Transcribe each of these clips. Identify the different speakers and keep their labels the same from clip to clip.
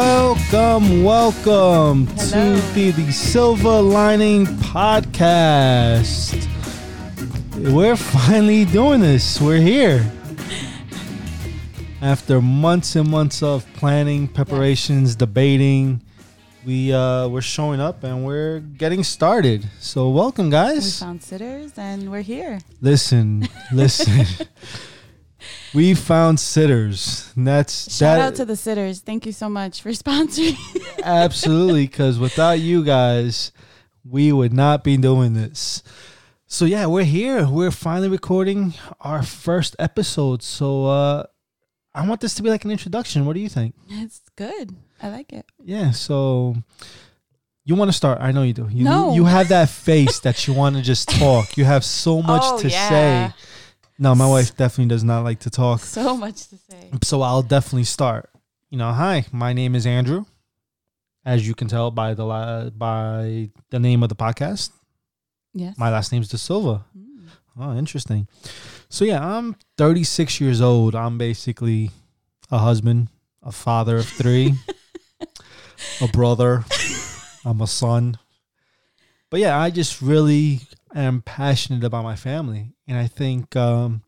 Speaker 1: Welcome, welcome
Speaker 2: Hello.
Speaker 1: to the, the Silver Lining Podcast. We're finally doing this. We're here. After months and months of planning, preparations, debating, we uh, we're showing up and we're getting started. So welcome,
Speaker 2: We
Speaker 1: guys.
Speaker 2: found sitters and we're here.
Speaker 1: Listen, listen. we found sitters. And That's
Speaker 2: Shout
Speaker 1: that-
Speaker 2: out to the sitters. Thank you so much for sponsoring.
Speaker 1: Absolutely, because without you guys, we would not be doing this. So yeah, we're here. We're finally recording our first episode. So uh I want this to be like an introduction. What do you think?
Speaker 2: it's good. I like it.
Speaker 1: Yeah, so you want to start? I know you do. You
Speaker 2: No.
Speaker 1: you have that face that you want to just talk. You have so much
Speaker 2: Oh,
Speaker 1: to
Speaker 2: yeah.
Speaker 1: say. No, my wife definitely does not like to talk.
Speaker 2: So much to say.
Speaker 1: So I'll definitely start. You know, hi, my name is Andrew. As you can tell by the la- by the name of the podcast,
Speaker 2: Yes.
Speaker 1: my last name's De Silva.
Speaker 2: Mm.
Speaker 1: Oh, interesting. So yeah, I'm 36 years old. I'm basically a husband, a father of three, a brother. I'm a son. But yeah, I just really am passionate about my family, and I think um,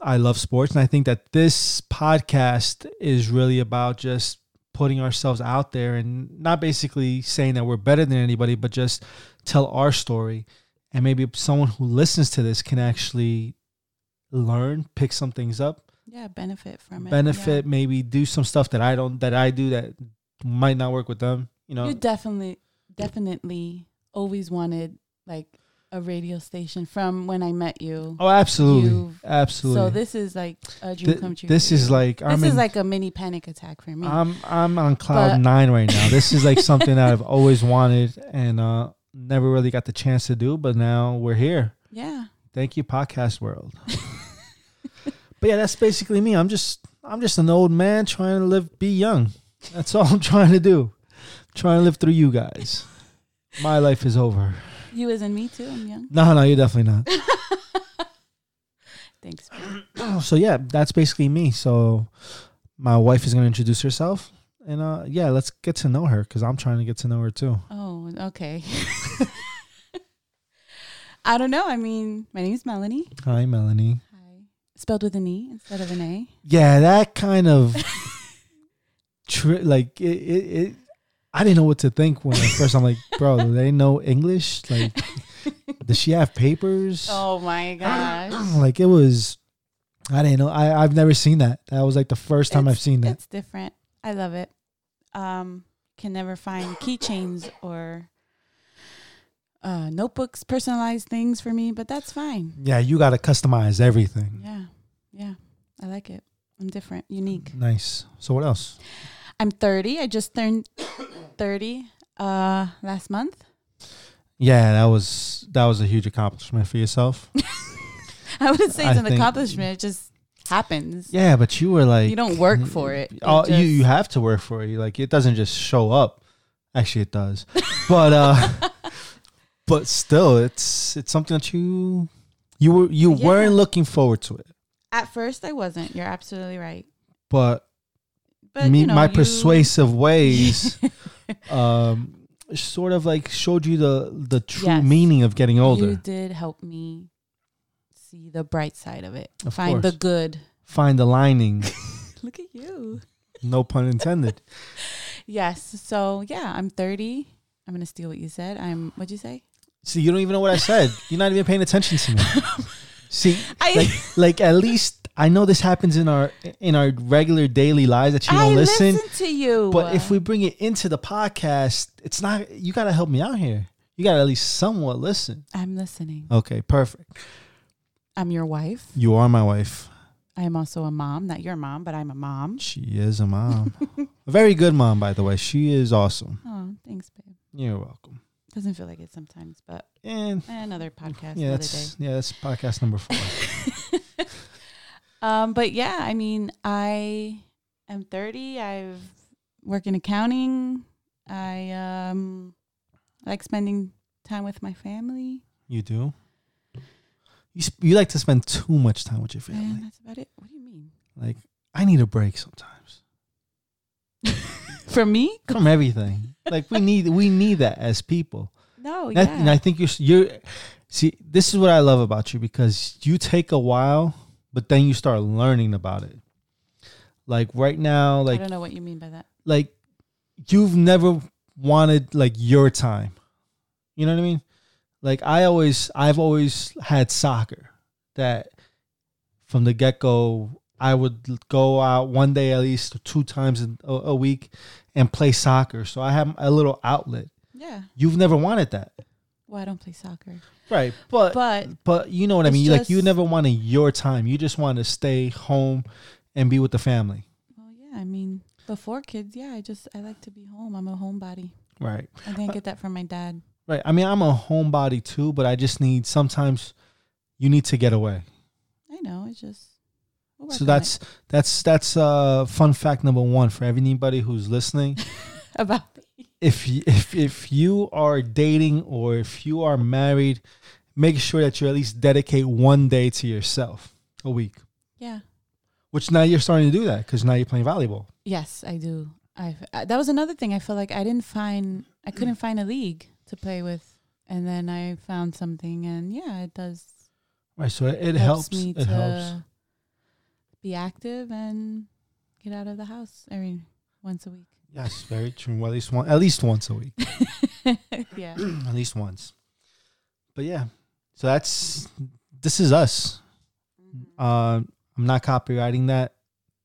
Speaker 1: I love sports, and I think that this podcast is really about just putting ourselves out there and not basically saying that we're better than anybody, but just tell our story and maybe someone who listens to this can actually learn, pick some things up,
Speaker 2: Yeah, benefit from it.
Speaker 1: benefit, maybe do some stuff that I don't that I do that might not work with them. You
Speaker 2: Yeah.
Speaker 1: know,
Speaker 2: You definitely, definitely always wanted like a radio station from when I met you.
Speaker 1: oh, absolutely,
Speaker 2: You've-
Speaker 1: absolutely.
Speaker 2: So this is like a dream
Speaker 1: Th-
Speaker 2: come true.
Speaker 1: this
Speaker 2: for
Speaker 1: is
Speaker 2: you.
Speaker 1: like
Speaker 2: this
Speaker 1: I'm
Speaker 2: is
Speaker 1: in-
Speaker 2: like a mini panic attack for me.
Speaker 1: I'm I'm on cloud
Speaker 2: But-
Speaker 1: nine right now. This is like something that I've always wanted and uh never really got the chance to do, but now we're here.
Speaker 2: yeah.
Speaker 1: Thank you, podcast world. but yeah, that's basically me. I'm just I'm just an old man trying to live be young. That's all I'm trying to do. trying to live through you guys. My life is over.
Speaker 2: You as in me too. I'm young.
Speaker 1: No, no, you're definitely not.
Speaker 2: Thanks.
Speaker 1: so yeah, that's basically me. So my wife is gonna introduce herself. And uh yeah, let's get to know her because I'm trying to get to know her too.
Speaker 2: Oh, okay. I don't know. I mean, my name's Melanie.
Speaker 1: Hi, Melanie.
Speaker 2: Hi. Spelled with an E instead of an A.
Speaker 1: Yeah, that kind of tri- like it, it, it. I didn't know what to think when at first I'm like, bro, do they know English? Like, does she have papers?
Speaker 2: Oh my gosh.
Speaker 1: Like it was. I didn't know. I I've never seen that. That was like the first time I've
Speaker 2: It's-
Speaker 1: seen that.
Speaker 2: It's different. I love it. Um, can never find keychains or uh, notebooks, personalized things for me, but that's fine.
Speaker 1: Yeah, you got to customize everything.
Speaker 2: Yeah. Yeah. I like it. I'm different, unique.
Speaker 1: Mm-hmm. Nice. So what else?
Speaker 2: I'm 30. I just turned 30 uh, last month.
Speaker 1: Yeah, that was that was a huge accomplishment for yourself.
Speaker 2: I wouldn't say
Speaker 1: I
Speaker 2: it's an
Speaker 1: think-
Speaker 2: accomplishment. It just happens.
Speaker 1: Yeah, but you were like
Speaker 2: you don't work for it. It
Speaker 1: Oh, you you
Speaker 2: just-
Speaker 1: have to work for it. You, Like it doesn't just show up. Actually, it does, but uh, but still, it's it's something that you you were you
Speaker 2: Yeah.
Speaker 1: weren't looking forward to it.
Speaker 2: At first, I wasn't. You're absolutely right.
Speaker 1: But,
Speaker 2: But
Speaker 1: me,
Speaker 2: you know,
Speaker 1: my
Speaker 2: you-
Speaker 1: persuasive ways, um, sort of like showed you the the true
Speaker 2: Yes.
Speaker 1: meaning of getting older.
Speaker 2: You did help me see the bright side of it.
Speaker 1: Of
Speaker 2: Find
Speaker 1: course.
Speaker 2: the good.
Speaker 1: Find the lining.
Speaker 2: Look at you.
Speaker 1: no pun intended.
Speaker 2: Yes. So yeah, I'm 30. I'm gonna steal what you said. I'm. What'd you say?
Speaker 1: See, you don't even know what I said. You're not even paying attention to me. See,
Speaker 2: I.
Speaker 1: like like at least I know this happens in our in our regular daily lives that you
Speaker 2: I
Speaker 1: don't listen.
Speaker 2: to you.
Speaker 1: But if we bring it into the podcast, it's not you gotta help me out here. You gotta at least somewhat listen.
Speaker 2: I'm listening.
Speaker 1: Okay, perfect.
Speaker 2: I'm your wife.
Speaker 1: You are my wife.
Speaker 2: I am also a mom. Not your mom, but I'm a mom.
Speaker 1: She is a mom. a very good mom, by the way. She is awesome.
Speaker 2: Oh, thanks, babe.
Speaker 1: You're welcome.
Speaker 2: Doesn't feel like it sometimes, but eh,
Speaker 1: And
Speaker 2: another podcast
Speaker 1: Mm, yeah,
Speaker 2: another day.
Speaker 1: that's yeah, that's podcast number four.
Speaker 2: um, but yeah, I mean, I am 30. I've work in accounting. I um like spending time with my family.
Speaker 1: you do. You sp- you like to spend too much time with your
Speaker 2: And
Speaker 1: family.
Speaker 2: that's about it. What do you mean?
Speaker 1: Like I need a break sometimes.
Speaker 2: from me?
Speaker 1: from everything. Like we need we need that as people.
Speaker 2: No,
Speaker 1: That- And
Speaker 2: yeah.
Speaker 1: I think you're you see this is what I love about you because you take a while, but then you start learning about it. Like right now,
Speaker 2: I
Speaker 1: like
Speaker 2: don't know what you mean by that.
Speaker 1: like you've never wanted like your time. You know what I mean? Like I always I've always had soccer that from the get go I would l- go out one day at least two times in- a, a week and play soccer. So I have a little outlet.
Speaker 2: Yeah.
Speaker 1: You've never wanted that.
Speaker 2: Well, I don't play soccer,
Speaker 1: Right. But Mm. but,
Speaker 2: but
Speaker 1: you know what I
Speaker 2: it's
Speaker 1: mean? like you
Speaker 2: just-
Speaker 1: never wanted your time. You just want to stay home and be with the family.
Speaker 2: well, yeah. I mean, before kids, yeah. I just I like to be home. I'm a homebody.
Speaker 1: Right.
Speaker 2: I didn't get that from my dad.
Speaker 1: Right. I mean, I'm a homebody too, but I just need sometimes you need to get away.
Speaker 2: I know. It's just. we'll work
Speaker 1: So
Speaker 2: on it.
Speaker 1: that's that's that's uh fun fact number 1 for anybody who's listening.
Speaker 2: about me.
Speaker 1: if you, if if you are dating or if you are married, make sure that you at least dedicate one day to yourself a week.
Speaker 2: Yeah.
Speaker 1: Which now you're starting to do that cuz now you're playing volleyball.
Speaker 2: Yes, I do. I uh, that was another thing. I feel like I didn't find I couldn't find a league to play with, and then I found something, and yeah, it does.
Speaker 1: Right. So it, it helps.
Speaker 2: helps, me
Speaker 1: it
Speaker 2: to
Speaker 1: helps.
Speaker 2: be active and get out of the house every once a week.
Speaker 1: Yes, very true. Well, at least one at least once a week.
Speaker 2: yeah.
Speaker 1: at least once. But yeah, so that's this is us.
Speaker 2: Mm-hmm.
Speaker 1: Uh, I'm not copywriting that.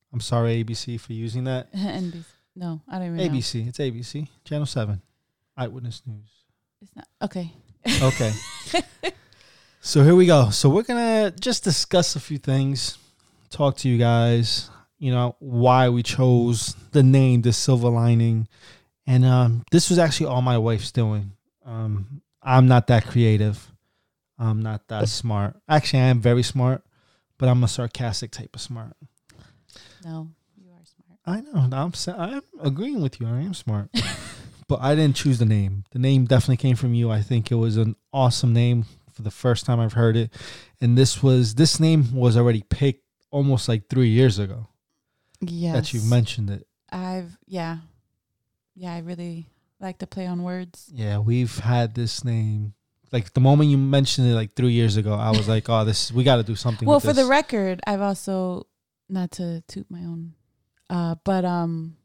Speaker 1: I'm sorry, ABC, for using that.
Speaker 2: NBC. No, I don't even know.
Speaker 1: ABC, it's ABC, Channel 7, Eyewitness News.
Speaker 2: It's not okay.
Speaker 1: Okay. so here we go. So we're going to just discuss a few things, talk to you guys, you know, why we chose the name, the silver lining. And um, this was actually all my wife's doing. Um, I'm not that creative. I'm not that smart. Actually, I am very smart, but I'm a sarcastic type of smart.
Speaker 2: No, you are smart.
Speaker 1: I know. I'm sa- I'm agreeing with you. I am smart, but I didn't choose the name. The name definitely came from you. I think it was an awesome name for the first time I've heard it, and this was this name was already picked almost like three years ago
Speaker 2: Yes.
Speaker 1: that you mentioned it.
Speaker 2: I've yeah, yeah. I really like to play on words.
Speaker 1: Yeah, we've had this name. Like the moment you mentioned it, like three years ago, I was like, "Oh, this we got to do something."
Speaker 2: Well,
Speaker 1: with
Speaker 2: for
Speaker 1: this.
Speaker 2: the record, I've also not to toot my own, uh, but um,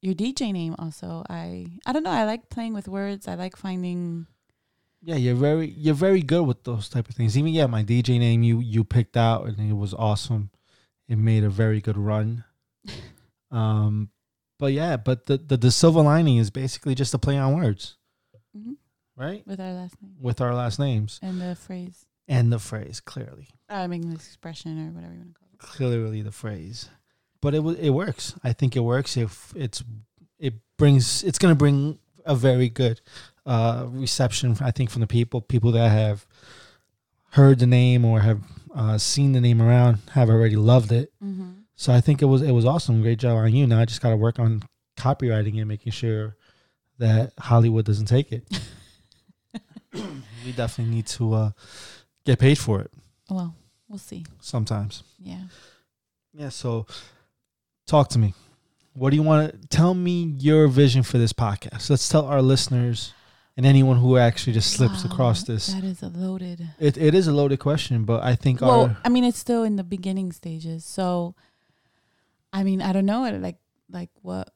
Speaker 2: your DJ name also. I I don't know. I like playing with words. I like finding.
Speaker 1: Yeah, you're very you're very good with those type of things. Even yeah, my DJ name you you picked out and it was awesome. It made a very good run. um but yeah, but the, the the silver lining is basically just a play on words,
Speaker 2: Mhm,
Speaker 1: right?
Speaker 2: With our last name
Speaker 1: With our last names
Speaker 2: and the phrase,
Speaker 1: and the phrase clearly.
Speaker 2: I mean the expression or whatever you want to call it.
Speaker 1: Clearly the phrase. But it wa- it works. I think it works if it's it brings it's going to bring a very good uh reception I think from the people people that have heard the name or have uh, seen the name around have already loved it.
Speaker 2: Mm-hmm.
Speaker 1: So I think it was it was awesome. Great job on you. Now I just got to work on copywriting and making sure that Hollywood doesn't take it. we definitely need to uh, get paid for it
Speaker 2: Well, we'll see.
Speaker 1: sometimes.
Speaker 2: Yeah.
Speaker 1: Yeah. So talk to me. What do you want to tell me your vision for this podcast? Let's tell our listeners and anyone who actually just slips
Speaker 2: Wow,
Speaker 1: across this.
Speaker 2: Ah, That is a loaded.
Speaker 1: It, it is a loaded question, but I think
Speaker 2: Well,
Speaker 1: our
Speaker 2: I mean, it's still in the beginning stages. So, I mean, I don't know. it- Like, like what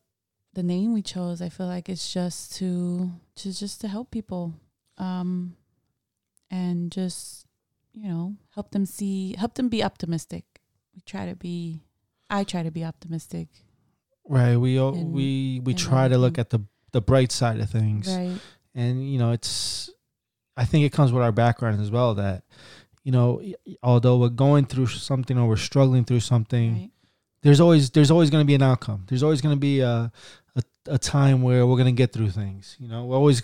Speaker 2: the name we chose. I feel like it's just to, to just to help people, um, and just you know help them see, help them be optimistic. We try to be. I try to be optimistic.
Speaker 1: Right. We all
Speaker 2: and-
Speaker 1: we we
Speaker 2: and
Speaker 1: try to look
Speaker 2: everything.
Speaker 1: at the the bright side of things,
Speaker 2: Right.
Speaker 1: and you know, it's. I think it comes with our background as well that, you know, y- y- although we're going through something or we're struggling through something,
Speaker 2: Right.
Speaker 1: there's always there's always going to be an outcome. There's always going to be a, a a time where we're going to get through things. You know, we're always,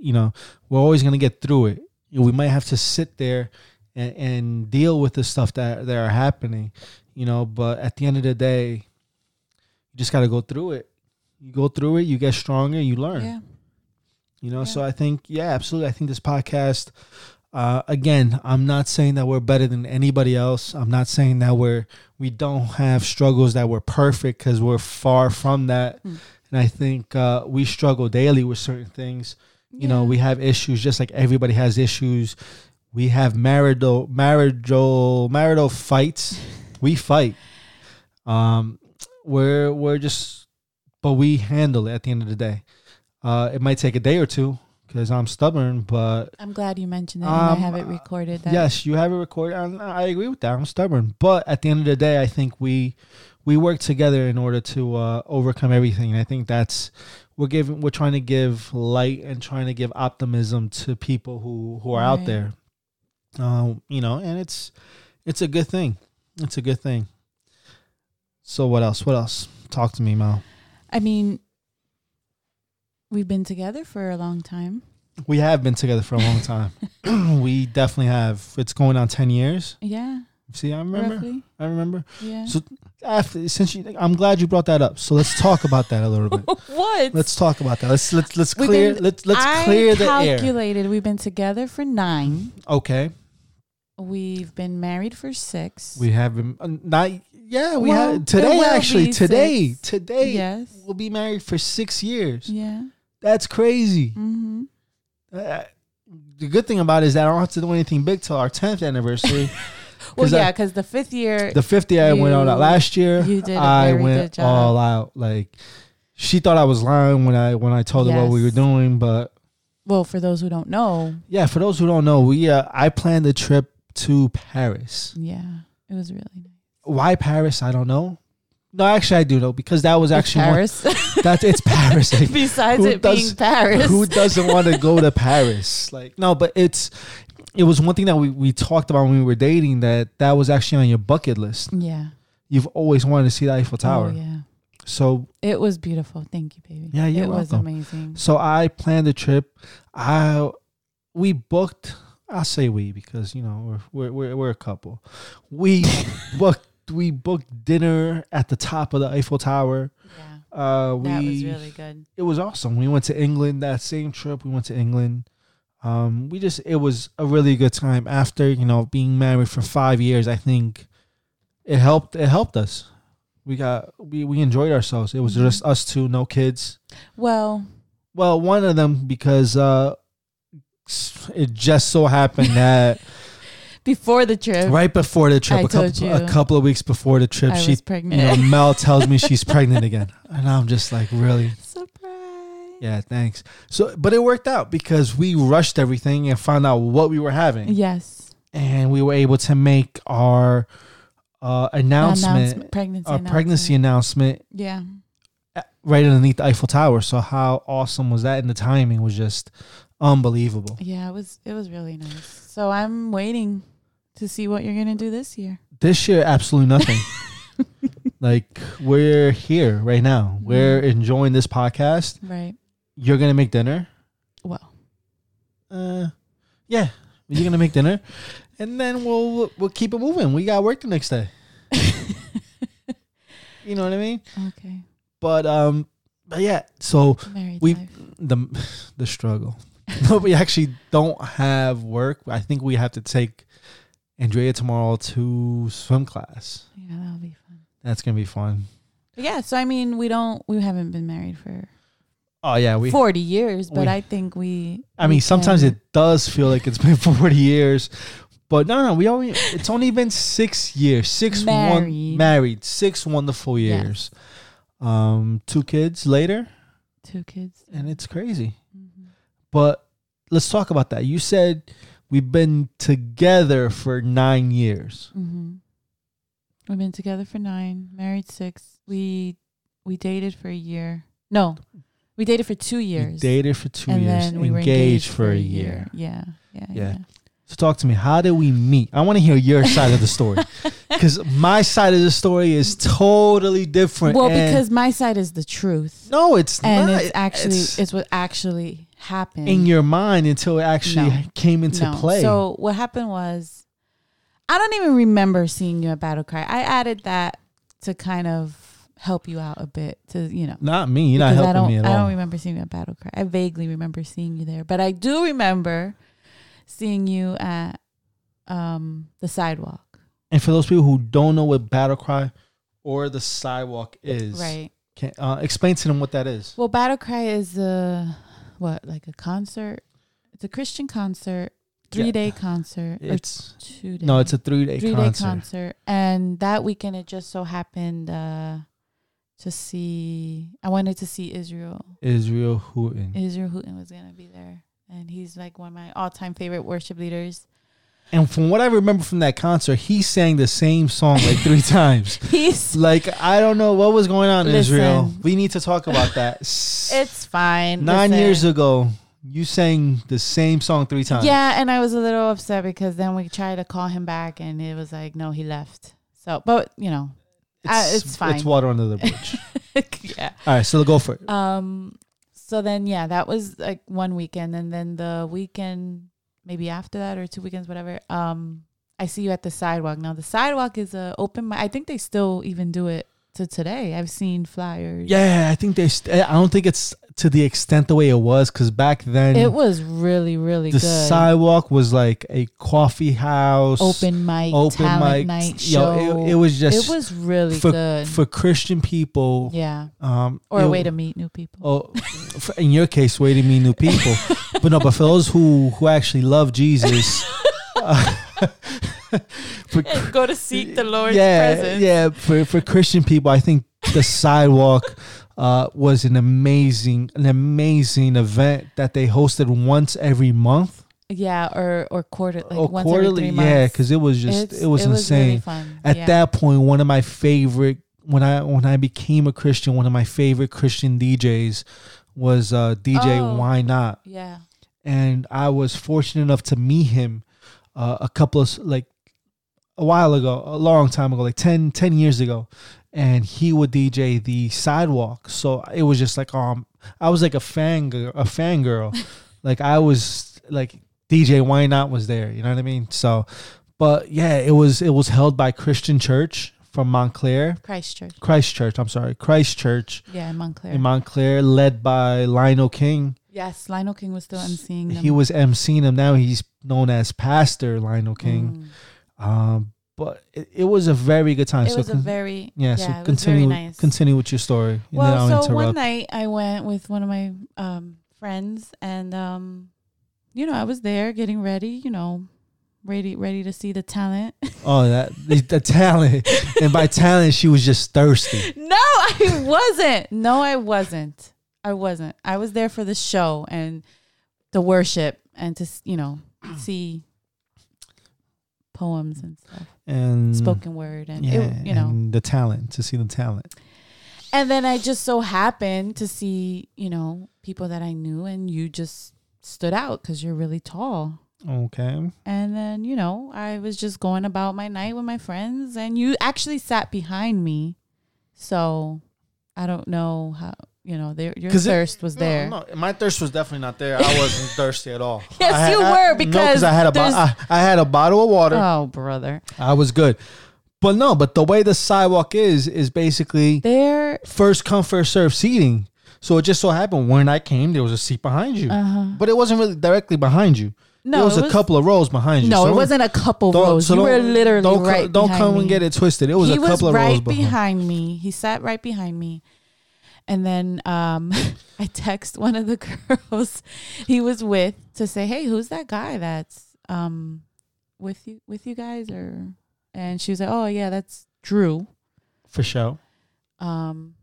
Speaker 1: you know, we're always going to get through it. You know, we might have to sit there and, and deal with the stuff that that are happening. You know, but at the end of the day, you just got to go through it. You go through it, you get stronger, you learn.
Speaker 2: Yeah.
Speaker 1: You know,
Speaker 2: Yeah.
Speaker 1: so I think, yeah, absolutely. I think this podcast, uh, again, I'm not saying that we're better than anybody else. I'm not saying that we're we don't have struggles that we're perfect because we're far from that.
Speaker 2: Hmm.
Speaker 1: And And I think uh, we struggle daily with certain things. You know, we have issues just like everybody has issues. We have marital, marital, marital fights. we fight. Um, we're we're just, but we handle it at the end of the day. Uh, it might take a day or two because I'm stubborn, but
Speaker 2: I'm glad you mentioned it. and I
Speaker 1: Um,
Speaker 2: have it
Speaker 1: uh,
Speaker 2: recorded. That
Speaker 1: Yes, you have it recorded, and I agree with that. I'm stubborn, but at the end of the day, I think we we work together in order to uh, overcome everything. And I think that's we're giving we're trying to give light and trying to give optimism to people who who are out
Speaker 2: Right.
Speaker 1: there. Um, you know, and it's it's a good thing. It's a good thing. So what else? What else? Talk to me, Mal.
Speaker 2: I mean, we've been together for a long time.
Speaker 1: We have been together for a long time. we definitely have. It's going on ten years.
Speaker 2: Yeah,
Speaker 1: See, I remember.
Speaker 2: roughly.
Speaker 1: I remember.
Speaker 2: Yeah.
Speaker 1: So after since you, I'm glad you brought that up. So let's talk about that a little bit.
Speaker 2: what?
Speaker 1: Let's talk about that. Let's let's let's
Speaker 2: We've
Speaker 1: clear
Speaker 2: been-
Speaker 1: let's let's
Speaker 2: I
Speaker 1: clear the air. Mm-hmm.
Speaker 2: calculated we've been together for nine.
Speaker 1: Okay,
Speaker 2: We've been married for six.
Speaker 1: we have been uh, not. Yeah, we
Speaker 2: Well,
Speaker 1: had
Speaker 2: it
Speaker 1: today
Speaker 2: will
Speaker 1: actually
Speaker 2: be
Speaker 1: today
Speaker 2: six.
Speaker 1: today
Speaker 2: yes.
Speaker 1: we'll be married for six years.
Speaker 2: Yeah.
Speaker 1: That's crazy.
Speaker 2: Mm-hmm.
Speaker 1: Uh, the good thing about it is that I don't have to do anything big till our tenth anniversary.
Speaker 2: Well,
Speaker 1: 'Cause I-
Speaker 2: yeah, because the fifth year,
Speaker 1: the fifth year I went all out
Speaker 2: You-
Speaker 1: last year.
Speaker 2: you did a
Speaker 1: I
Speaker 2: very
Speaker 1: went
Speaker 2: good job.
Speaker 1: all out. Like she thought I was lying when I when I told her what we were
Speaker 2: Yes.
Speaker 1: doing, but
Speaker 2: well, for those who don't know,
Speaker 1: Yeah, for those who don't know, we uh, I planned a trip to Paris.
Speaker 2: yeah, it was really nice.
Speaker 1: Why Paris? I don't know. No, actually, I do know because that was actually one-
Speaker 2: Paris.
Speaker 1: that it's Paris. Like,
Speaker 2: Besides
Speaker 1: Who
Speaker 2: it
Speaker 1: does-
Speaker 2: being Paris,
Speaker 1: who doesn't want to go to Paris? Like no, but it's it was one thing that we we talked about when we were dating that that was actually on your bucket list.
Speaker 2: yeah,
Speaker 1: You've always wanted to see the Eiffel Tower.
Speaker 2: Oh, yeah,
Speaker 1: So
Speaker 2: it was beautiful. Thank you, baby.
Speaker 1: Yeah, you're
Speaker 2: it was
Speaker 1: welcome.
Speaker 2: amazing.
Speaker 1: so I planned the trip. I we booked. I say we because you know we're we're we're, we're a couple. We booked we booked dinner at the top of the Eiffel Tower.
Speaker 2: Yeah,
Speaker 1: Uh, we
Speaker 2: that was really good.
Speaker 1: it was awesome. We went to England that same trip. We went to England. Um, we just it was a really good time. After you know being married for five years, I think it helped. It helped us. We got we we enjoyed ourselves. It was
Speaker 2: Mhm.
Speaker 1: just us two, no kids.
Speaker 2: Well,
Speaker 1: Well, one of them because uh, s- it just so happened that
Speaker 2: before the trip,
Speaker 1: right before the trip,
Speaker 2: I
Speaker 1: a
Speaker 2: told
Speaker 1: couple, a
Speaker 2: you.
Speaker 1: couple of weeks before the trip,
Speaker 2: I
Speaker 1: she
Speaker 2: was
Speaker 1: you know
Speaker 2: pregnant.
Speaker 1: Mel tells me she's pregnant again, and I'm just like, really?
Speaker 2: Surprise.
Speaker 1: Yeah, thanks. So, but it worked out because we rushed everything and found out what we were having,
Speaker 2: Yes.
Speaker 1: and we were able to make our uh, announcement,
Speaker 2: Pregnancy.
Speaker 1: our pregnancy announcement
Speaker 2: Yeah.
Speaker 1: a- right underneath the Eiffel Tower. So, how awesome was that? And the timing was just unbelievable.
Speaker 2: Yeah. It was. It was really nice. So I'm waiting to see what you're gonna do this year.
Speaker 1: this year absolutely nothing like we're here right now we're enjoying this podcast
Speaker 2: Right.
Speaker 1: you're gonna make dinner
Speaker 2: Well.
Speaker 1: uh yeah you're gonna make dinner and then we'll we'll keep it moving we got work the next day you know what i mean
Speaker 2: Okay.
Speaker 1: but um but yeah so
Speaker 2: Married
Speaker 1: We-
Speaker 2: life.
Speaker 1: the the struggle no we actually don't have work i think we have to take andrea tomorrow to swim class
Speaker 2: Yeah, that'll be fun.
Speaker 1: that's gonna be fun
Speaker 2: But yeah. So I mean, we don't. We haven't been married for
Speaker 1: oh yeah we
Speaker 2: forty years, but
Speaker 1: we-
Speaker 2: I think we.
Speaker 1: I
Speaker 2: we
Speaker 1: mean, sometimes
Speaker 2: can-
Speaker 1: it does feel like it's been 40 years, but no, no, we only, it's only been six years, six one
Speaker 2: Married.
Speaker 1: married, six wonderful
Speaker 2: Yes.
Speaker 1: years. Um, two kids later,
Speaker 2: two kids.
Speaker 1: and it's crazy.
Speaker 2: Mhm.
Speaker 1: But let's talk about that. You said we've been together for nine years.
Speaker 2: Mhm. We've been together for nine, married six. We we dated for a year. No, we dated for two
Speaker 1: We
Speaker 2: years.
Speaker 1: dated for two
Speaker 2: and
Speaker 1: years,
Speaker 2: then we were
Speaker 1: engaged, for a year.
Speaker 2: Yeah, yeah,
Speaker 1: Yeah.
Speaker 2: yeah.
Speaker 1: So talk to me. How did we meet? I want to hear your side of the story because my side of the story is totally different.
Speaker 2: Well,
Speaker 1: and-
Speaker 2: because my side is the truth,
Speaker 1: No, it's
Speaker 2: and
Speaker 1: not.
Speaker 2: it's actually
Speaker 1: It's
Speaker 2: it's, what actually happened
Speaker 1: in your mind until it actually
Speaker 2: No.
Speaker 1: came into
Speaker 2: No.
Speaker 1: play.
Speaker 2: So what happened was, I don't even remember seeing you at Battle Cry. I added that to kind of help you out a bit to you know
Speaker 1: not me. You're not
Speaker 2: because I
Speaker 1: helping
Speaker 2: don't,
Speaker 1: me at
Speaker 2: I
Speaker 1: all.
Speaker 2: don't remember seeing you at Battle Cry. I vaguely remember seeing you there, but I do remember seeing you at um, the sidewalk.
Speaker 1: and for those people who don't know what battle cry or the sidewalk is,
Speaker 2: Right.
Speaker 1: Can, uh, explain to them what that is.
Speaker 2: Well, Battle Cry is a what, like a concert? It's a Christian concert, three day concert. or
Speaker 1: It's
Speaker 2: two day.
Speaker 1: no, it's a three day
Speaker 2: three
Speaker 1: concert.
Speaker 2: day concert, and that weekend it just so happened uh, to see. I wanted to see Israel.
Speaker 1: Israel Houghton.
Speaker 2: Israel Houghton was gonna be there, and he's like one of my all time favorite worship leaders.
Speaker 1: And from what I remember from that concert, he sang the same song like three times.
Speaker 2: He's
Speaker 1: Like I don't know what was going on in Israel.
Speaker 2: Listen.
Speaker 1: We need to talk about that.
Speaker 2: it's fine.
Speaker 1: Nine
Speaker 2: Listen.
Speaker 1: years ago, you sang the same song three times.
Speaker 2: Yeah, and I was a little upset because then we tried to call him back, and it was like, no, he left. So, but you know, uh, it's fine.
Speaker 1: It's water under the bridge.
Speaker 2: yeah.
Speaker 1: All right, so go for it.
Speaker 2: Um. So then, yeah, that was like one weekend, and then the weekend, maybe after that or two weekends, whatever. Um, I see you at the sidewalk. Now the sidewalk is a open. mi- I think they still even do it to today. I've seen flyers.
Speaker 1: Yeah, I think they. St- I don't think it's to the extent the way it was because back then
Speaker 2: It was really, really
Speaker 1: the
Speaker 2: good.
Speaker 1: sidewalk was like a coffee house,
Speaker 2: open mic,
Speaker 1: open
Speaker 2: talent
Speaker 1: mics.
Speaker 2: night
Speaker 1: Yo,
Speaker 2: show.
Speaker 1: it- it, was just
Speaker 2: It was really
Speaker 1: for,
Speaker 2: good.
Speaker 1: for Christian people.
Speaker 2: yeah,
Speaker 1: Um,
Speaker 2: or
Speaker 1: it-
Speaker 2: a way to meet new people.
Speaker 1: Oh, for, in your case, way to meet new people. but no, but for those who who actually love Jesus, uh, for,
Speaker 2: Go to seek the Lord's
Speaker 1: yeah,
Speaker 2: presence.
Speaker 1: yeah, for for Christian people, I think the sidewalk uh, was an amazing an amazing event that they hosted once every month
Speaker 2: Yeah, or or quarter like
Speaker 1: or
Speaker 2: once
Speaker 1: Oh, quarterly.
Speaker 2: Every three
Speaker 1: yeah,
Speaker 2: months.
Speaker 1: because it was just
Speaker 2: It's-
Speaker 1: it was insane.
Speaker 2: really fun.
Speaker 1: At
Speaker 2: yeah.
Speaker 1: that point, one of my favorite when I when I became a Christian, one of my favorite Christian DJs was uh, DJ
Speaker 2: Oh.
Speaker 1: Why Not.
Speaker 2: Yeah.
Speaker 1: and I was fortunate enough to meet him uh, a couple of s- like a while ago, a long time ago, like 10, 10 years ago, and he would DJ the sidewalk. So it was just like um, I was like a fan girl, a fangirl, like I was like DJ Why Not was there, you know what I mean? So, but yeah, it was it was held by Christian Church from Montclair,
Speaker 2: Christchurch.
Speaker 1: Christ Church. I'm sorry, Christ Church
Speaker 2: Yeah, in Montclair.
Speaker 1: in Montclair, led by Lionel King
Speaker 2: yes, Lionel King was still emceeing them.
Speaker 1: he was emceeing him. Now he's known as Pastor Lionel King.
Speaker 2: Mm.
Speaker 1: Um, but it, it was a very good time.
Speaker 2: It was a
Speaker 1: con-
Speaker 2: very
Speaker 1: yeah,
Speaker 2: yeah.
Speaker 1: So
Speaker 2: it was
Speaker 1: continue
Speaker 2: very nice.
Speaker 1: continue with your story. And then I'll
Speaker 2: well, so
Speaker 1: interrupt.
Speaker 2: one night I went with one of my um, friends, and um, you know I was there getting ready. You know, ready ready to see the talent.
Speaker 1: oh, that the, the talent, and by talent, she was just thirsty.
Speaker 2: No, I wasn't. No, I wasn't. I wasn't. I was there for the show and the worship and to, s- you know, see poems and stuff,
Speaker 1: And
Speaker 2: spoken word and
Speaker 1: Mm. yeah,
Speaker 2: it, you know. And,
Speaker 1: and the talent to see the talent.
Speaker 2: then I just so happened to see, you know, people that I knew and you just stood out cuz you're really tall.
Speaker 1: Okay,
Speaker 2: And then, you know, I was just going about my night with my friends and you actually sat behind me. So I don't know how, you know, there, your
Speaker 1: 'Cause it-
Speaker 2: thirst was there.
Speaker 1: No, my thirst was definitely not there. I wasn't thirsty at all.
Speaker 2: Yes, I had- you I- were, no, 'cause because
Speaker 1: I had a
Speaker 2: there's-
Speaker 1: I, I had a bottle of water.
Speaker 2: Oh, brother.
Speaker 1: I was good, but no. But the way the sidewalk is is basically
Speaker 2: There,
Speaker 1: first come first serve seating. So it just so happened when I came, there was a seat behind you, but it wasn't really directly behind you.
Speaker 2: Uh-huh. No,
Speaker 1: it was
Speaker 2: it
Speaker 1: a
Speaker 2: was-
Speaker 1: couple of rows behind you.
Speaker 2: no,
Speaker 1: So
Speaker 2: it wasn't a couple
Speaker 1: don't-
Speaker 2: rows.
Speaker 1: so
Speaker 2: you were
Speaker 1: don't-
Speaker 2: literally
Speaker 1: don't co-
Speaker 2: right.
Speaker 1: don't
Speaker 2: behind
Speaker 1: come
Speaker 2: me.
Speaker 1: and get it twisted. It was
Speaker 2: he
Speaker 1: a couple
Speaker 2: was
Speaker 1: of
Speaker 2: right
Speaker 1: rows behind.
Speaker 2: behind me. He sat right behind me. And then um, I text one of the girls he was with to say, "Hey, who's that guy that's um, with you with you guys?" Or and she was like, "Oh yeah, that's Drew."
Speaker 1: for sure.
Speaker 2: Um,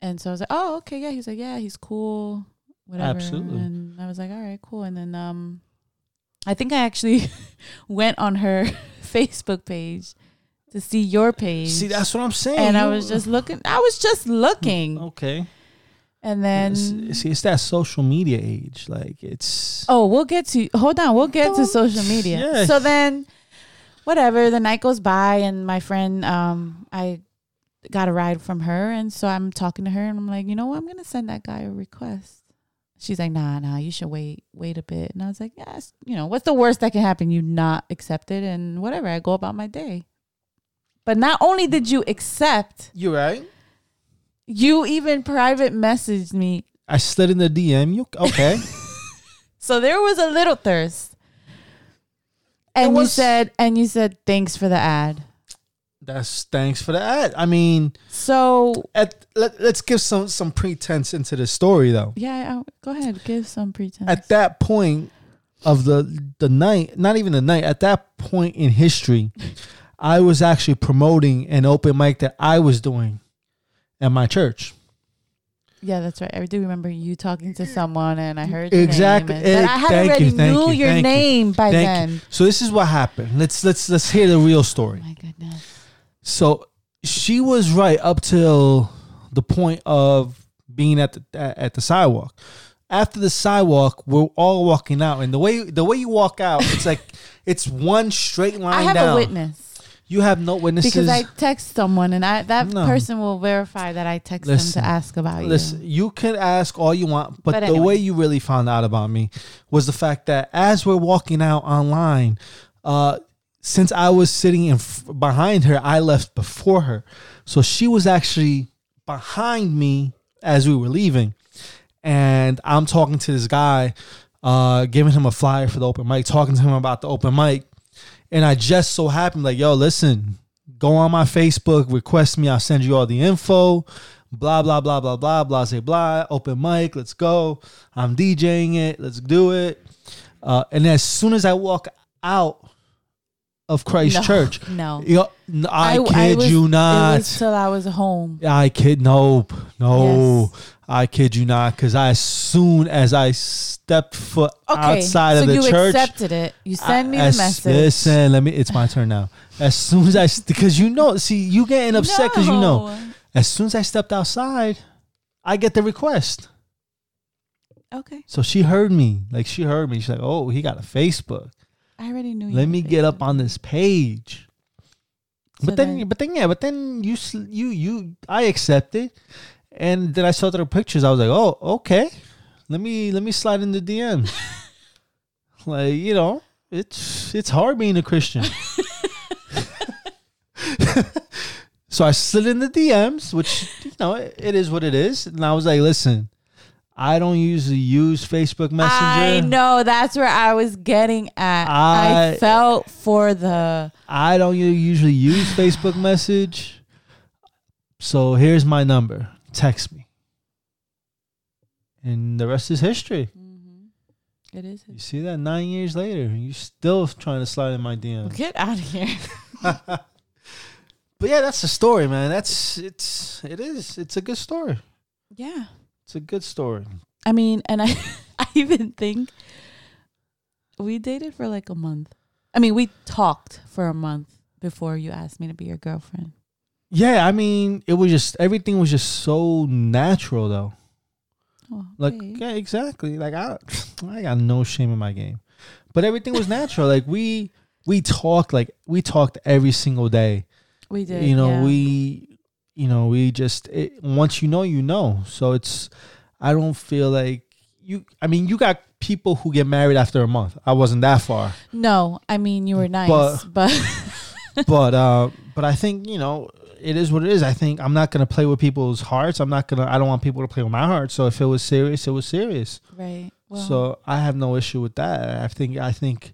Speaker 2: and so I was like, "Oh okay, yeah." He's like, "Yeah, he's cool, whatever."
Speaker 1: Absolutely.
Speaker 2: And I was like, "All right, cool." And then um, I think I actually went on her Facebook page to see your page
Speaker 1: See, that's what I'm saying.
Speaker 2: and I
Speaker 1: You- Oh.
Speaker 2: was just looking. I was just looking,
Speaker 1: okay.
Speaker 2: and then
Speaker 1: It's- see, it's that social media age. Like it's
Speaker 2: oh, we'll get to. Hold on, we'll get to
Speaker 1: Don't-
Speaker 2: social media.
Speaker 1: yeah.
Speaker 2: So then, whatever. The night goes by, and my friend, um, I got a ride from her, and so I'm talking to her, and I'm like, you know what, I'm gonna send that guy a request. She's like, nah, nah, you should wait, wait a bit. And I was like, yes, you know, what's the worst that can happen? You not accept it, and whatever. I go about my day. But not only did you accept,
Speaker 1: you right.
Speaker 2: you even private messaged me
Speaker 1: I slid in the DM. You okay?
Speaker 2: So there was a little thirst. And you
Speaker 1: was-
Speaker 2: said, and you said, thanks for the ad.
Speaker 1: That's thanks for that. I mean,
Speaker 2: So
Speaker 1: at let, let's give some some pretense into the story though.
Speaker 2: yeah, I, go ahead, give some pretense.
Speaker 1: At that point of the the night, not even the night, at that point in history, I was actually promoting an open mic that I was doing at my church.
Speaker 2: yeah, that's right. I do remember you talking to someone, and I heard your
Speaker 1: Exactly.
Speaker 2: name, and- but
Speaker 1: Eh,
Speaker 2: I had
Speaker 1: thank you,
Speaker 2: already
Speaker 1: thank
Speaker 2: knew
Speaker 1: you,
Speaker 2: your
Speaker 1: thank you,
Speaker 2: name by
Speaker 1: thank
Speaker 2: then.
Speaker 1: So this is what happened. Let's let's let's hear the real story.
Speaker 2: My goodness.
Speaker 1: So she was right up till the point of being at the at at the sidewalk. After the sidewalk, we're all walking out, and the way the way you walk out, it's like it's one straight line
Speaker 2: I have
Speaker 1: down.
Speaker 2: a witness
Speaker 1: You have no witnesses.
Speaker 2: because I text someone, and I that
Speaker 1: No.
Speaker 2: person will verify that I text
Speaker 1: Listen.
Speaker 2: them to ask about
Speaker 1: Listen,
Speaker 2: you.
Speaker 1: you can ask all you want, but,
Speaker 2: But
Speaker 1: the
Speaker 2: anyway.
Speaker 1: way you really found out about me was the fact that as we're walking out online, uh, since I was sitting in f- behind her, I left before her, so she was actually behind me as we were leaving, and I'm talking to this guy, uh, giving him a flyer for the open mic, talking to him about the open mic, and I just so happened like, yo, listen, go on my Facebook, request me, I'll send you all the info, blah blah blah blah blah blah say blah. Open mic, let's go. I'm DJing it, let's do it. Uh, and as soon as I walk out of Christ
Speaker 2: No,
Speaker 1: Church,
Speaker 2: no.
Speaker 1: yo, n- I,
Speaker 2: w-
Speaker 1: kid
Speaker 2: was-
Speaker 1: you
Speaker 2: It
Speaker 1: not.
Speaker 2: was till I was home.
Speaker 1: I kid no, no.
Speaker 2: Yes.
Speaker 1: I kid you not, because as soon as I stepped foot
Speaker 2: Okay,
Speaker 1: outside
Speaker 2: so
Speaker 1: of the
Speaker 2: you
Speaker 1: church,
Speaker 2: accepted it. You send me
Speaker 1: I-
Speaker 2: the
Speaker 1: as-
Speaker 2: message.
Speaker 1: Listen, let me. It's my turn now. As soon as I, because you know, see, you getting upset because you know. As soon as I stepped outside, I get the request.
Speaker 2: Okay,
Speaker 1: So she heard me. Like she heard me. She's like, "Oh, he got a Facebook.
Speaker 2: I already knew. you
Speaker 1: Let
Speaker 2: were
Speaker 1: me get up
Speaker 2: faithful.
Speaker 1: on this page."
Speaker 2: So
Speaker 1: but then, but then, yeah, but then you, sl- you, you, I accepted, and then I saw the pictures. I was like, "Oh, okay. Let me, let me slide in the DM." like you know, it's it's hard being a Christian. so I slid in the DMs, which you know it, it is what it is, and I was like, "Listen, I don't usually use Facebook Messenger.
Speaker 2: I know that's where I was getting at. I,
Speaker 1: I-
Speaker 2: felt for the
Speaker 1: I don't u- usually use Facebook message. So here's my number. Text me. And the rest is history.
Speaker 2: Mm-hmm. It is.
Speaker 1: You see that nine years later, and you're still trying to slide in my DM.
Speaker 2: Get out of here.
Speaker 1: but yeah, that's the story, man. That's it's it is. It's a good story.
Speaker 2: Yeah.
Speaker 1: It's a good story.
Speaker 2: I mean, and I, I even think we dated for like a month. I mean, we talked for a month before you asked me to be your girlfriend.
Speaker 1: Yeah, I mean, it was just everything was just so natural though.
Speaker 2: Oh,
Speaker 1: Like
Speaker 2: okay.
Speaker 1: yeah, exactly. Like I, I got no shame in my game, but everything was natural. like we we talked like we talked every single day.
Speaker 2: we did.
Speaker 1: you know
Speaker 2: yeah.
Speaker 1: we, you know we just it, once you know you know. So it's I don't feel like you. I mean you got people who get married after a month. I wasn't that far,
Speaker 2: No, I mean you were nice,
Speaker 1: But-
Speaker 2: but,
Speaker 1: but uh, but I think you know it is what it is. I think I'm not gonna play with people's hearts. I'm not gonna. I don't want people to play with my heart. So if it was serious, it was serious.
Speaker 2: right. Well,
Speaker 1: So I have no issue with that. I think I think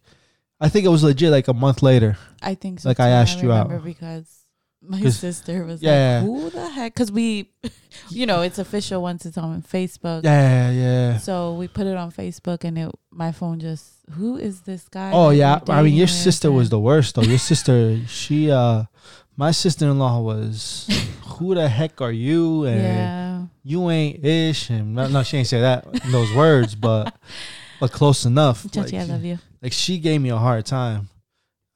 Speaker 1: I think it was legit like a month later.
Speaker 2: I think so.
Speaker 1: Like, I
Speaker 2: too.
Speaker 1: asked you out.
Speaker 2: remember because my
Speaker 1: 'Cause-
Speaker 2: sister was
Speaker 1: Yeah.
Speaker 2: like, "Who the heck?" Because we, you know, it's official once it's on Facebook.
Speaker 1: Yeah, yeah.
Speaker 2: So we put it on Facebook, and it my phone just, "Who is this guy?"
Speaker 1: Oh
Speaker 2: that
Speaker 1: yeah.
Speaker 2: you're
Speaker 1: I mean
Speaker 2: dating
Speaker 1: your
Speaker 2: with?"
Speaker 1: sister was
Speaker 2: And-
Speaker 1: the worst though. Your sister, she uh my sister in law was who the heck are you and
Speaker 2: Yeah.
Speaker 1: you ain't ish and no, no she ain't say that in those words but but close enough.
Speaker 2: Chachi, I
Speaker 1: Like,
Speaker 2: love you.
Speaker 1: like she gave me a hard time.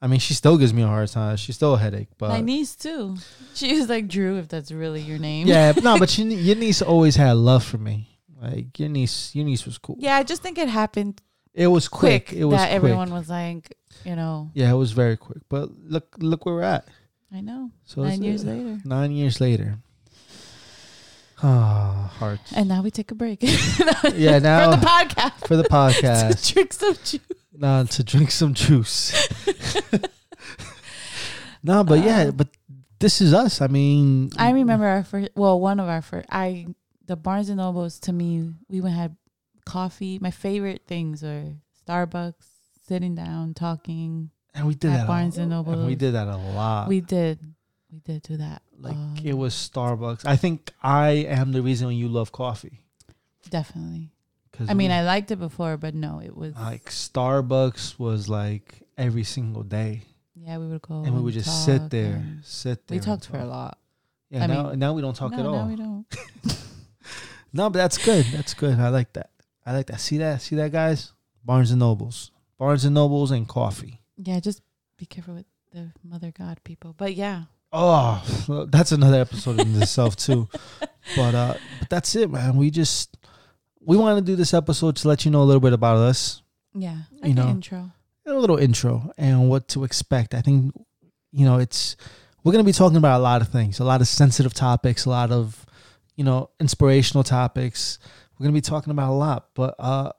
Speaker 1: I mean she still gives me a hard time. She's still a headache, but
Speaker 2: My niece too. She was like Drew, if that's really your name.
Speaker 1: yeah, but no, but your nie- your niece always had love for me. Like your niece, your niece was cool.
Speaker 2: Yeah, I just think it happened
Speaker 1: It was quick.
Speaker 2: quick.
Speaker 1: It was
Speaker 2: that
Speaker 1: quick.
Speaker 2: everyone was like, you know,
Speaker 1: Yeah, it was very quick. But look, look where we're at.
Speaker 2: I know.
Speaker 1: So
Speaker 2: Nine
Speaker 1: it's,
Speaker 2: years
Speaker 1: uh,
Speaker 2: later.
Speaker 1: Nine years later. Ah, hearts.
Speaker 2: And now we take a break.
Speaker 1: Yeah, now-
Speaker 2: from the podcast.
Speaker 1: For the podcast,
Speaker 2: to tricks of Jew.
Speaker 1: nah, to drink some juice. nah, but yeah,
Speaker 2: Uh,
Speaker 1: but this is us. I mean,
Speaker 2: I remember our first. Well, one of our first. I the Barnes and Nobles to me. We went had coffee. My favorite things are Starbucks, sitting down, talking.
Speaker 1: and we did
Speaker 2: at
Speaker 1: that a
Speaker 2: Barnes and
Speaker 1: lot.
Speaker 2: Noble.
Speaker 1: we did that a lot.
Speaker 2: we did. we did do that.
Speaker 1: Uh, Like
Speaker 2: Um,
Speaker 1: it was Starbucks. I think I am the reason you love coffee.
Speaker 2: definitely.
Speaker 1: 'Cause
Speaker 2: I mean,
Speaker 1: we-
Speaker 2: I liked it before, but no, it was
Speaker 1: like Starbucks was like every single day,
Speaker 2: yeah, we would go
Speaker 1: and we would just sit
Speaker 2: talk
Speaker 1: there,
Speaker 2: and-
Speaker 1: sit there.
Speaker 2: We
Speaker 1: and
Speaker 2: talked for a
Speaker 1: talk.
Speaker 2: lot.
Speaker 1: Yeah,
Speaker 2: I
Speaker 1: now, now we don't talk
Speaker 2: no,
Speaker 1: at all.
Speaker 2: now we don't.
Speaker 1: No, but that's good. That's good. I like that. I like that. See that? See that, guys? Barnes and Nobles, Barnes and Nobles, and coffee.
Speaker 2: Yeah, just be careful with the mother god people. But yeah,
Speaker 1: Oh, that's another episode in itself too. But uh, but that's it, man. We just we want to do this episode to let you know a little bit about us,
Speaker 2: yeah, like
Speaker 1: You
Speaker 2: an
Speaker 1: know,
Speaker 2: intro.
Speaker 1: a little intro, and what to expect. I think you know it's we're gonna be talking about a lot of things, a lot of sensitive topics, a lot of you know inspirational topics. We're gonna be talking about a lot, but uh,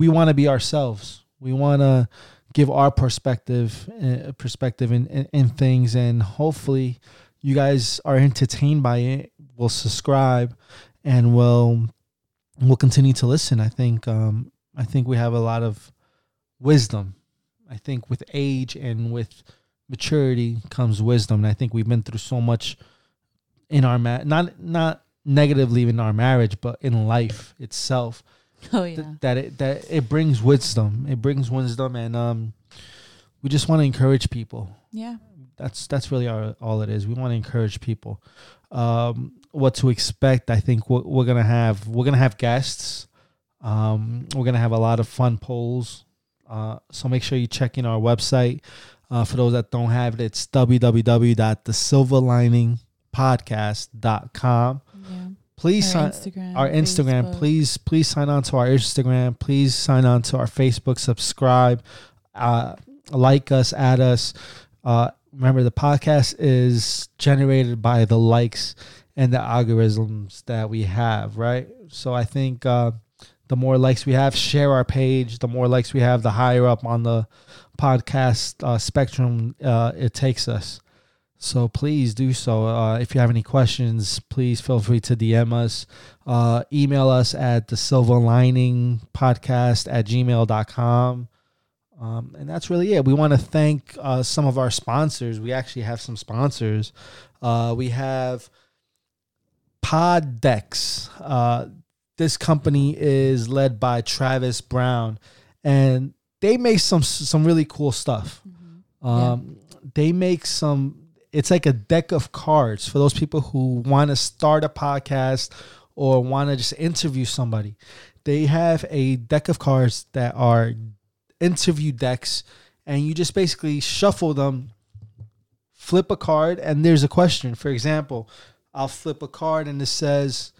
Speaker 1: we want to be ourselves. We want to give our perspective, uh, perspective in, in in things, and hopefully, you guys are entertained by it. Will subscribe, and will will continue to listen. I think um, I think we have a lot of wisdom. I think with age and with maturity comes wisdom, and I think we've been through so much in our ma- not not negatively in our marriage, but in life itself
Speaker 2: Oh
Speaker 1: th-
Speaker 2: yeah,
Speaker 1: that it that it brings wisdom. It brings wisdom, and um, we just want to encourage people.
Speaker 2: yeah,
Speaker 1: That's that's really our all it is. We want to encourage people. Um, what to expect? I think we're, we're gonna have we're gonna have guests. Um, we're gonna have a lot of fun polls. Uh, so make sure you check in our website. Uh, for those that don't have it, it's www.thesilverliningpodcast.com.
Speaker 2: yeah.
Speaker 1: Please
Speaker 2: Our
Speaker 1: sign
Speaker 2: Instagram,
Speaker 1: our Instagram.
Speaker 2: Facebook.
Speaker 1: Please, please sign on to our Instagram. Please sign on to our Facebook. Subscribe, uh, like us, add us. Uh, remember, the podcast is generated by the likes and the algorithms that we have, right? So I think uh, the more likes we have, share our page. The more likes we have, the higher up on the podcast uh, spectrum uh, it takes us. So please do so. Uh, if you have any questions, please feel free to DM us. Uh, email us at the silver lining podcast at gmail.com. Um, and that's really it. We want to thank uh, some of our sponsors. We actually have some sponsors. Uh, we have Poddex. Uh, this company is led by Travis Brown, and they make some some really cool stuff.
Speaker 2: Mhm. Yeah.
Speaker 1: Um, They make some. It's like a deck of cards for those people who want to start a podcast or want to just interview somebody. They have a deck of cards that are interview decks, and you just basically shuffle them, flip a card, and there's a question. For example, I'll flip a card and it says,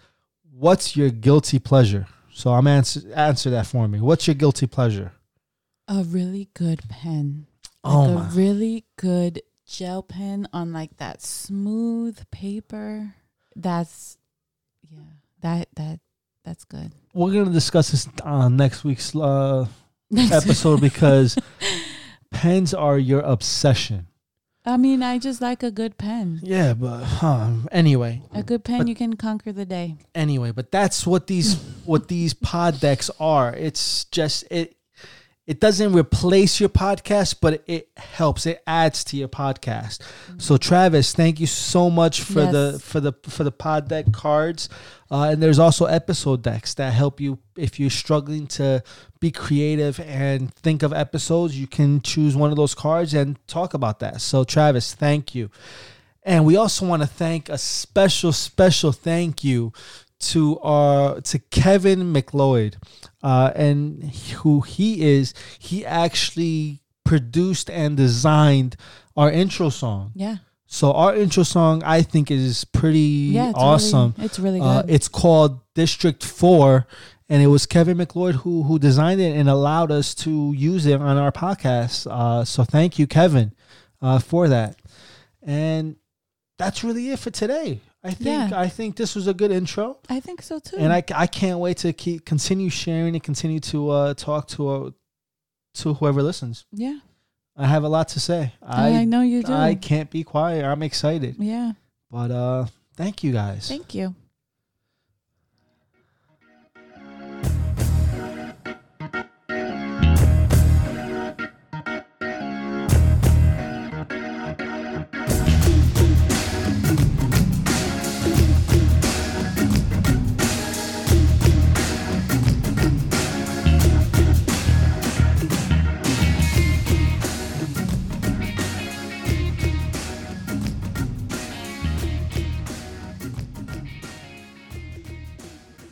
Speaker 1: "What's your guilty pleasure?" So I'm answer answer that for me. What's your guilty pleasure?
Speaker 2: A really good pen.
Speaker 1: Oh
Speaker 2: like
Speaker 1: my!
Speaker 2: a really good gel pen on like that smooth paper. That's yeah. That that that's good.
Speaker 1: We're gonna discuss this on next week's uh,
Speaker 2: Next week-
Speaker 1: episode because pens are your obsession.
Speaker 2: I mean, I just like a good pen.
Speaker 1: Yeah, but huh. Anyway,
Speaker 2: A good pen,
Speaker 1: But-
Speaker 2: you can conquer the day.
Speaker 1: anyway, but that's what these what these pod decks are. It's just it it doesn't replace your podcast, but it helps. It adds to your podcast. So Travis, thank you so much for the
Speaker 2: Yes.
Speaker 1: for the for the pod deck cards. Uh, and there's also episode decks that help you if you're struggling to be creative and think of episodes, you can choose one of those cards and talk about that. So Travis, thank you. And we also want to thank a special, special thank you to our to Kevin McLeod, uh, and who he is. He actually produced and designed our intro song.
Speaker 2: Yeah.
Speaker 1: So our intro song, I think, is pretty
Speaker 2: Yeah. it's really-
Speaker 1: awesome.
Speaker 2: it's really good.
Speaker 1: Uh, it's called District Four, and it was Kevin McLeod who who designed it and allowed us to use it on our podcast. Uh, so thank you, Kevin, uh, for that. And that's really it for today. I think
Speaker 2: Yeah.
Speaker 1: I think this was a good intro,
Speaker 2: I think so too.
Speaker 1: and I, c- I can't wait to keep continue sharing and continue to uh, talk to uh, to whoever listens.
Speaker 2: yeah.
Speaker 1: I have a lot to say.
Speaker 2: Oh, I,
Speaker 1: I
Speaker 2: know you do.
Speaker 1: I can't be quiet. I'm excited,
Speaker 2: yeah.
Speaker 1: but uh, thank you guys.
Speaker 2: Thank you.